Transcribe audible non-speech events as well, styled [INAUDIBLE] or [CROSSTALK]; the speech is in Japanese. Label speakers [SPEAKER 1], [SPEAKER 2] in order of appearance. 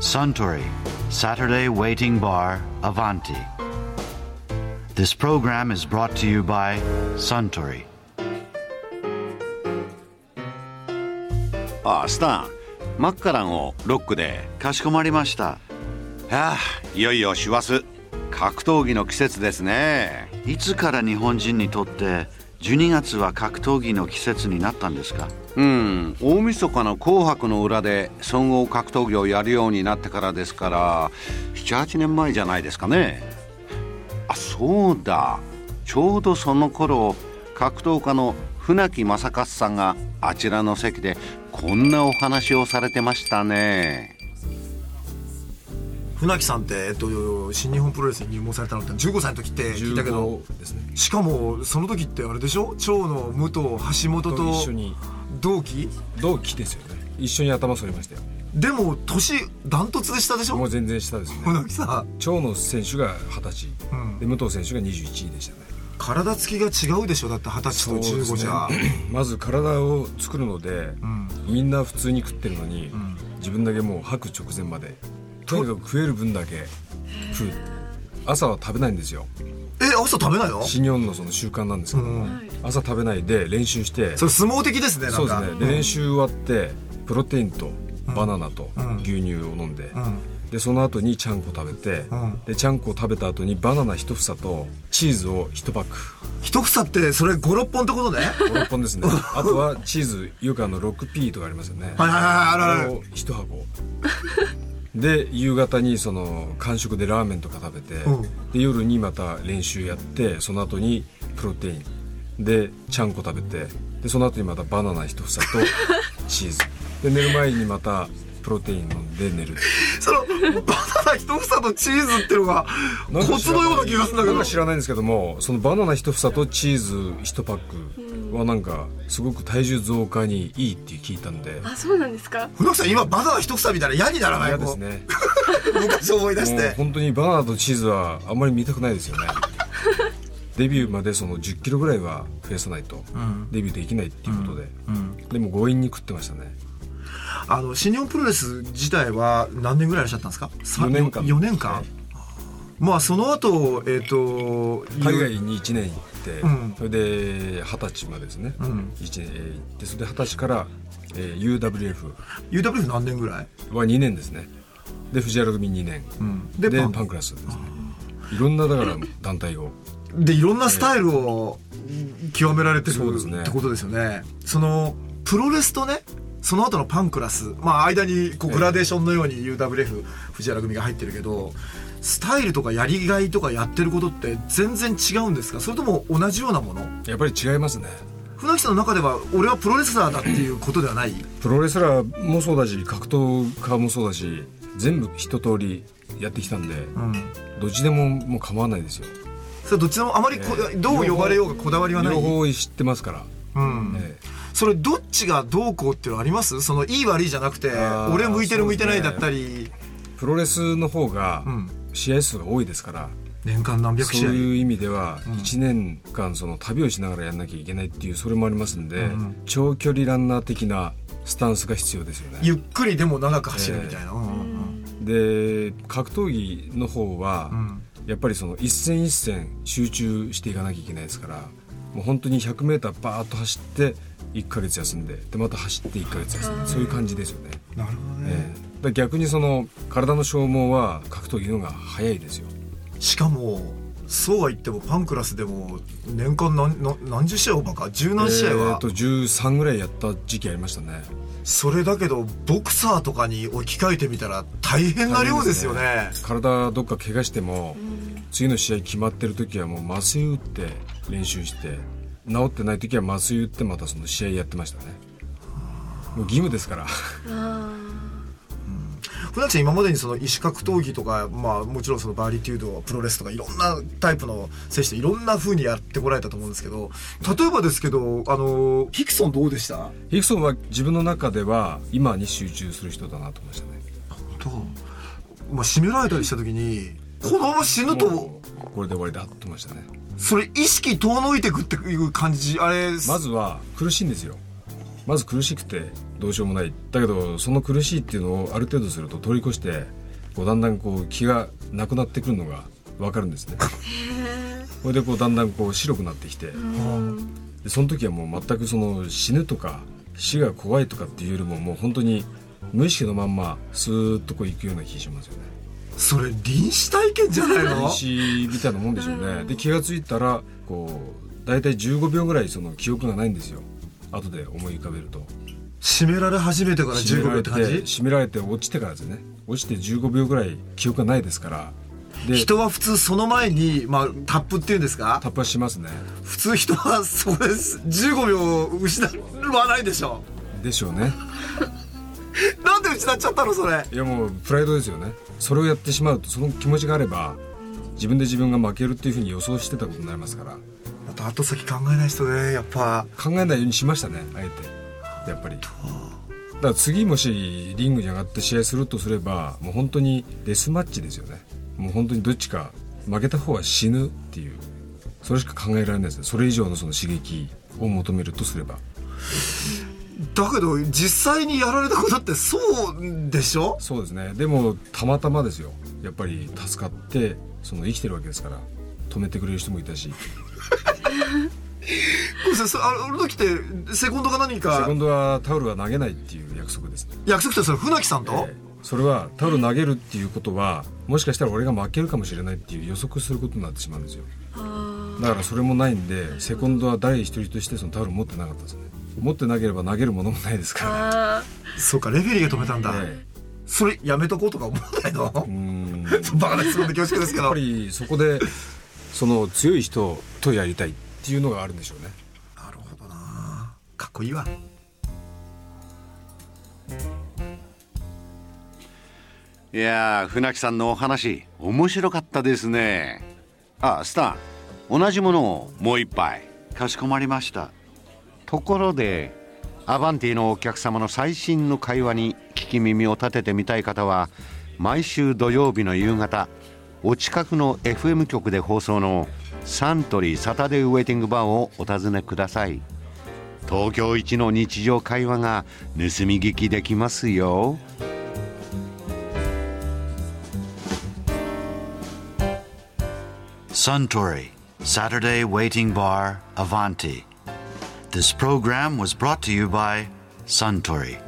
[SPEAKER 1] Suntory Saturday Waiting Bar Avanti. This program is brought to you by Suntory.
[SPEAKER 2] ああスタンマッカランをロックで
[SPEAKER 1] かしこまりました。
[SPEAKER 2] はあいよいよ師走格闘技の季節ですね
[SPEAKER 1] いつから日本人にとって12月は格闘技の季節になったんですか
[SPEAKER 2] うん大晦日の「紅白」の裏で総合格闘技をやるようになってからですから78年前じゃないですかねあそうだちょうどその頃格闘家の船木正勝さんがあちらの席でこんなお話をされてましたね
[SPEAKER 3] 船木さんって、えっと、新日本プロレスに入門されたのって15歳の時って聞いたけど
[SPEAKER 4] 15ですね
[SPEAKER 3] しかもその時ってあれでしょ長の武藤橋本
[SPEAKER 4] と
[SPEAKER 3] と
[SPEAKER 4] 一緒に
[SPEAKER 3] 同期
[SPEAKER 4] 同期ですよね一緒に頭剃りましたよ
[SPEAKER 3] でも年ダントツでしたでし
[SPEAKER 4] もう
[SPEAKER 3] ょ
[SPEAKER 4] 全然下ですね
[SPEAKER 3] 船木さん
[SPEAKER 4] 長野選手が二十歳、
[SPEAKER 3] うん
[SPEAKER 4] で武藤選手が21位でしたね
[SPEAKER 3] 体つきが違うでしょだって二十歳と15じゃ、
[SPEAKER 4] そう
[SPEAKER 3] [LAUGHS]
[SPEAKER 4] ですねまず体を作るので、
[SPEAKER 3] ん
[SPEAKER 4] みんな普通に食ってるのに、自分だけもう吐く直前までとにかく食える分だけ食う朝は食べないんですよ
[SPEAKER 3] え朝食べないの
[SPEAKER 4] 新日本のその習慣なんですけども、朝食べないで練習して
[SPEAKER 3] それ相撲的ですねなんか
[SPEAKER 4] そうですね、で練習終わってプロテインとバナナと
[SPEAKER 3] ん
[SPEAKER 4] 牛乳を飲んで、
[SPEAKER 3] ん
[SPEAKER 4] でその後にちゃんこ食べて、
[SPEAKER 3] ん
[SPEAKER 4] でちゃんこを食べた後にバナナ一房とチーズを一パック
[SPEAKER 3] 一房ってそれ56本ってこと
[SPEAKER 4] [LAUGHS]
[SPEAKER 3] ね
[SPEAKER 4] 56
[SPEAKER 3] [LAUGHS]
[SPEAKER 4] 本ですねあとはチーズよくあの 6P とかありますよね
[SPEAKER 3] はいはいはいあるある
[SPEAKER 4] れを一箱 [LAUGHS] で夕方にその間食でラーメンとか食べて、
[SPEAKER 3] うん
[SPEAKER 4] で夜にまた練習やってその後にプロテインでちゃんこ食べてでその後にまたバナナ一
[SPEAKER 3] [LAUGHS]
[SPEAKER 4] 房とチーズで寝る前にまたプロテイン飲んで寝る
[SPEAKER 3] そのバナナ一房とチーズってのが
[SPEAKER 4] なんか
[SPEAKER 3] コ
[SPEAKER 4] 知
[SPEAKER 3] ツ
[SPEAKER 4] ら
[SPEAKER 3] のよう
[SPEAKER 4] ない
[SPEAKER 3] な気がするんだけ
[SPEAKER 4] なん
[SPEAKER 3] ど
[SPEAKER 4] か知らないんですけどもそのバナナ一房とチーズ一パックはなんかすごく体重増加にいいって聞いたんで
[SPEAKER 5] あ、そうなんですか。
[SPEAKER 3] 船木さん今バナナ一房みたいな嫌にならない
[SPEAKER 4] 嫌で
[SPEAKER 3] こ
[SPEAKER 4] す
[SPEAKER 3] う
[SPEAKER 4] ね
[SPEAKER 3] [LAUGHS] 昔思い出し
[SPEAKER 4] もう
[SPEAKER 3] て
[SPEAKER 4] 本当にバナナとチーズはあんまり見たくないですよ [LAUGHS] ねデビューまでその1 0キロぐらいは増やさないとデビューできないっていうことで、でも強引に食ってましたね
[SPEAKER 3] あの新日本プロレス自体は何年ぐらいいらっしゃったんですか
[SPEAKER 4] 4年間
[SPEAKER 3] 4年間、まあその後えっ、と
[SPEAKER 4] 海外に1年行って、
[SPEAKER 3] ん
[SPEAKER 4] それで二十歳までですね、
[SPEAKER 3] ん
[SPEAKER 4] 一年えー行ってそれで二十歳から、えー UWF
[SPEAKER 3] UWF 何年ぐらい、
[SPEAKER 4] は2年ですねで藤原組2年、
[SPEAKER 3] で
[SPEAKER 4] で
[SPEAKER 3] パ
[SPEAKER 4] パ
[SPEAKER 3] ン
[SPEAKER 4] ンクラスですねいろんなだから団体を
[SPEAKER 3] でいろんなスタイルを極められてる
[SPEAKER 4] そうですね
[SPEAKER 3] ってことですよねそのプロレスとねその後のパンクラスまあ間にこうグラデーションのように UWF 藤原組が入ってるけどスタイルとかやりがいとかやってることって全然違うんですかそれとも同じようなもの
[SPEAKER 4] やっぱり違いますね
[SPEAKER 3] 船木さんの中では俺はプロレスラーだっていうことではない
[SPEAKER 4] プロレスラーもそうだし格闘家もそうだし全部一通りやってきたんで、どっちでももう構わないですよ
[SPEAKER 3] それどっちでもあまりこ、
[SPEAKER 4] ええ
[SPEAKER 3] どう呼ばれようがこだわりはない
[SPEAKER 4] 両方知ってますから、
[SPEAKER 3] うん
[SPEAKER 4] え
[SPEAKER 3] それどっちがどうこうっていうのありますそのいい悪いじゃなくて
[SPEAKER 4] あー
[SPEAKER 3] 俺向いてる向いてない
[SPEAKER 4] そう
[SPEAKER 3] だ
[SPEAKER 4] ね
[SPEAKER 3] ったり、
[SPEAKER 4] えプロレスの方が
[SPEAKER 3] ん
[SPEAKER 4] 試合数が多いですから、
[SPEAKER 3] 年間何百
[SPEAKER 4] そう
[SPEAKER 3] 試合
[SPEAKER 4] いう意味では1年間その旅をしながらやんなきゃいけないっていうそれもありますんで、長距離ランナー的なスタンスが必要ですよね
[SPEAKER 3] ゆっくりでも長く走るみたいな、うんうんうん
[SPEAKER 4] で格闘技の方は、やっぱりその一戦一戦集中していかなきゃいけないですからもう本当に 100m バーッと走って1ヶ月休んででまた走って1ヶ月休んでそういう感じですよね。
[SPEAKER 3] なるほどね、
[SPEAKER 4] ええだから逆にその体の消耗は格闘技の方が早いですよ。
[SPEAKER 3] しかもそうは言ってもパンクラスでも年間何何何十試合オーバーか十何試合
[SPEAKER 4] えー
[SPEAKER 3] は、
[SPEAKER 4] と13ぐらいやった時期ありましたね。
[SPEAKER 3] それだけどボクサーとかに置き換えてみたら大変な量ですよね
[SPEAKER 4] 体どっか怪我しても、次の試合決まってる時はもう麻酔打って練習して治ってない時は麻酔打ってまたその試合やってましたねもう義務ですから [LAUGHS]
[SPEAKER 3] 船木さん今までにその異種格闘技とか、まあ、もちろんそのバーリテュードプロレスとかいろんなタイプの選手といろんな風にやってこられたと思うんですけど例えばですけどあのヒクソンどうでした
[SPEAKER 4] ヒクソンは自分の中では今に集中する人だなと思いましたね
[SPEAKER 3] と、まあ、締められたりした時にこのまま死ぬと
[SPEAKER 4] もうこれで終わりだと思いましたね
[SPEAKER 3] それ意識遠のいてくっていう感じあれ
[SPEAKER 4] まずは苦しいんですよまず苦しくてどうしようもないだけどその苦しいっていうのをある程度すると通り越してこうだんだんこう気がなくなってくるのが分かるんですね。それでこうだんだんこう白くなってきてでその時はもう全くその死ぬとか死が怖いとかっていうよりももう本当に無意識のまんまスーッとこう行くような気がしますよね。
[SPEAKER 3] それ臨死体験じゃないの
[SPEAKER 4] 石みたいなもんでしょうねで気がついたらこう大体15秒ぐらいその記憶がないんですよ後で思い浮かべると
[SPEAKER 3] 締められ始めてから15秒って感じ
[SPEAKER 4] 締められて落ちてからですね落ちて15秒ぐらい記憶がないですからで
[SPEAKER 3] 人は普通その前に、まあ、タップっていうんですか
[SPEAKER 4] タッパしますね
[SPEAKER 3] 普通人はそこで15秒失わないでしょ
[SPEAKER 4] でしょうね
[SPEAKER 3] なんで失っちゃったのそれ
[SPEAKER 4] いやもうプライドですよねそれをやってしまうとその気持ちがあれば自分で自分が負けるっていうふうに予想してたことになりますから
[SPEAKER 3] また後先考えない人ねやっぱ
[SPEAKER 4] 考えないようにしましたねあえてやっぱりだから次もしリングに上がって試合するとすればもう本当にデスマッチですよねもう本当にどっちか負けた方は死ぬっていうそれしか考えられないですねそれ以上のその刺激を求めるとすれば
[SPEAKER 3] だけど実際にやられたことってそうでしょ
[SPEAKER 4] そうですねでもたまたまですよやっぱり助かってその生きてるわけですから止めてくれる人もいたし
[SPEAKER 3] これさそあの時ってセコンドか何
[SPEAKER 4] セ
[SPEAKER 3] か
[SPEAKER 4] コンドはタオルは投げないっていう約束ですね
[SPEAKER 3] 約束ってそれ船木さんと、
[SPEAKER 4] ええそれはタオル投げるっていうことはもしかしたら俺が負けるかもしれないっていう予測することになってしまうんですよだからそれもないんでセコンドは誰一人としてそのタオル持ってなかったですね持ってなければ投げるものもないですか
[SPEAKER 3] そうかレフェリーが止めたんだ、
[SPEAKER 4] ら、え
[SPEAKER 3] それやめとこうとか思わないの
[SPEAKER 4] えうーん
[SPEAKER 3] [LAUGHS] バカな質問で恐縮ですけ
[SPEAKER 4] やっ
[SPEAKER 3] ど
[SPEAKER 4] ぱりそこでその強い人とやりたいっていうのがあるんでしょうね
[SPEAKER 3] なるほどなかっこいいわ
[SPEAKER 2] いやー船木さんのお話面白かったですねあスター同じものをもう一杯
[SPEAKER 1] かしこまりました
[SPEAKER 2] ところでアバンティのお客様の最新の会話に聞き耳を立ててみたい方は毎週土曜日の夕方お近くの FM 局で放送のサントリーサタデーウェイティングバーをお尋ねください東京一の日常会話が盗み聞きできますよ
[SPEAKER 1] Suntory Saturday Waiting Bar Avanti. This program was brought to you by Suntory.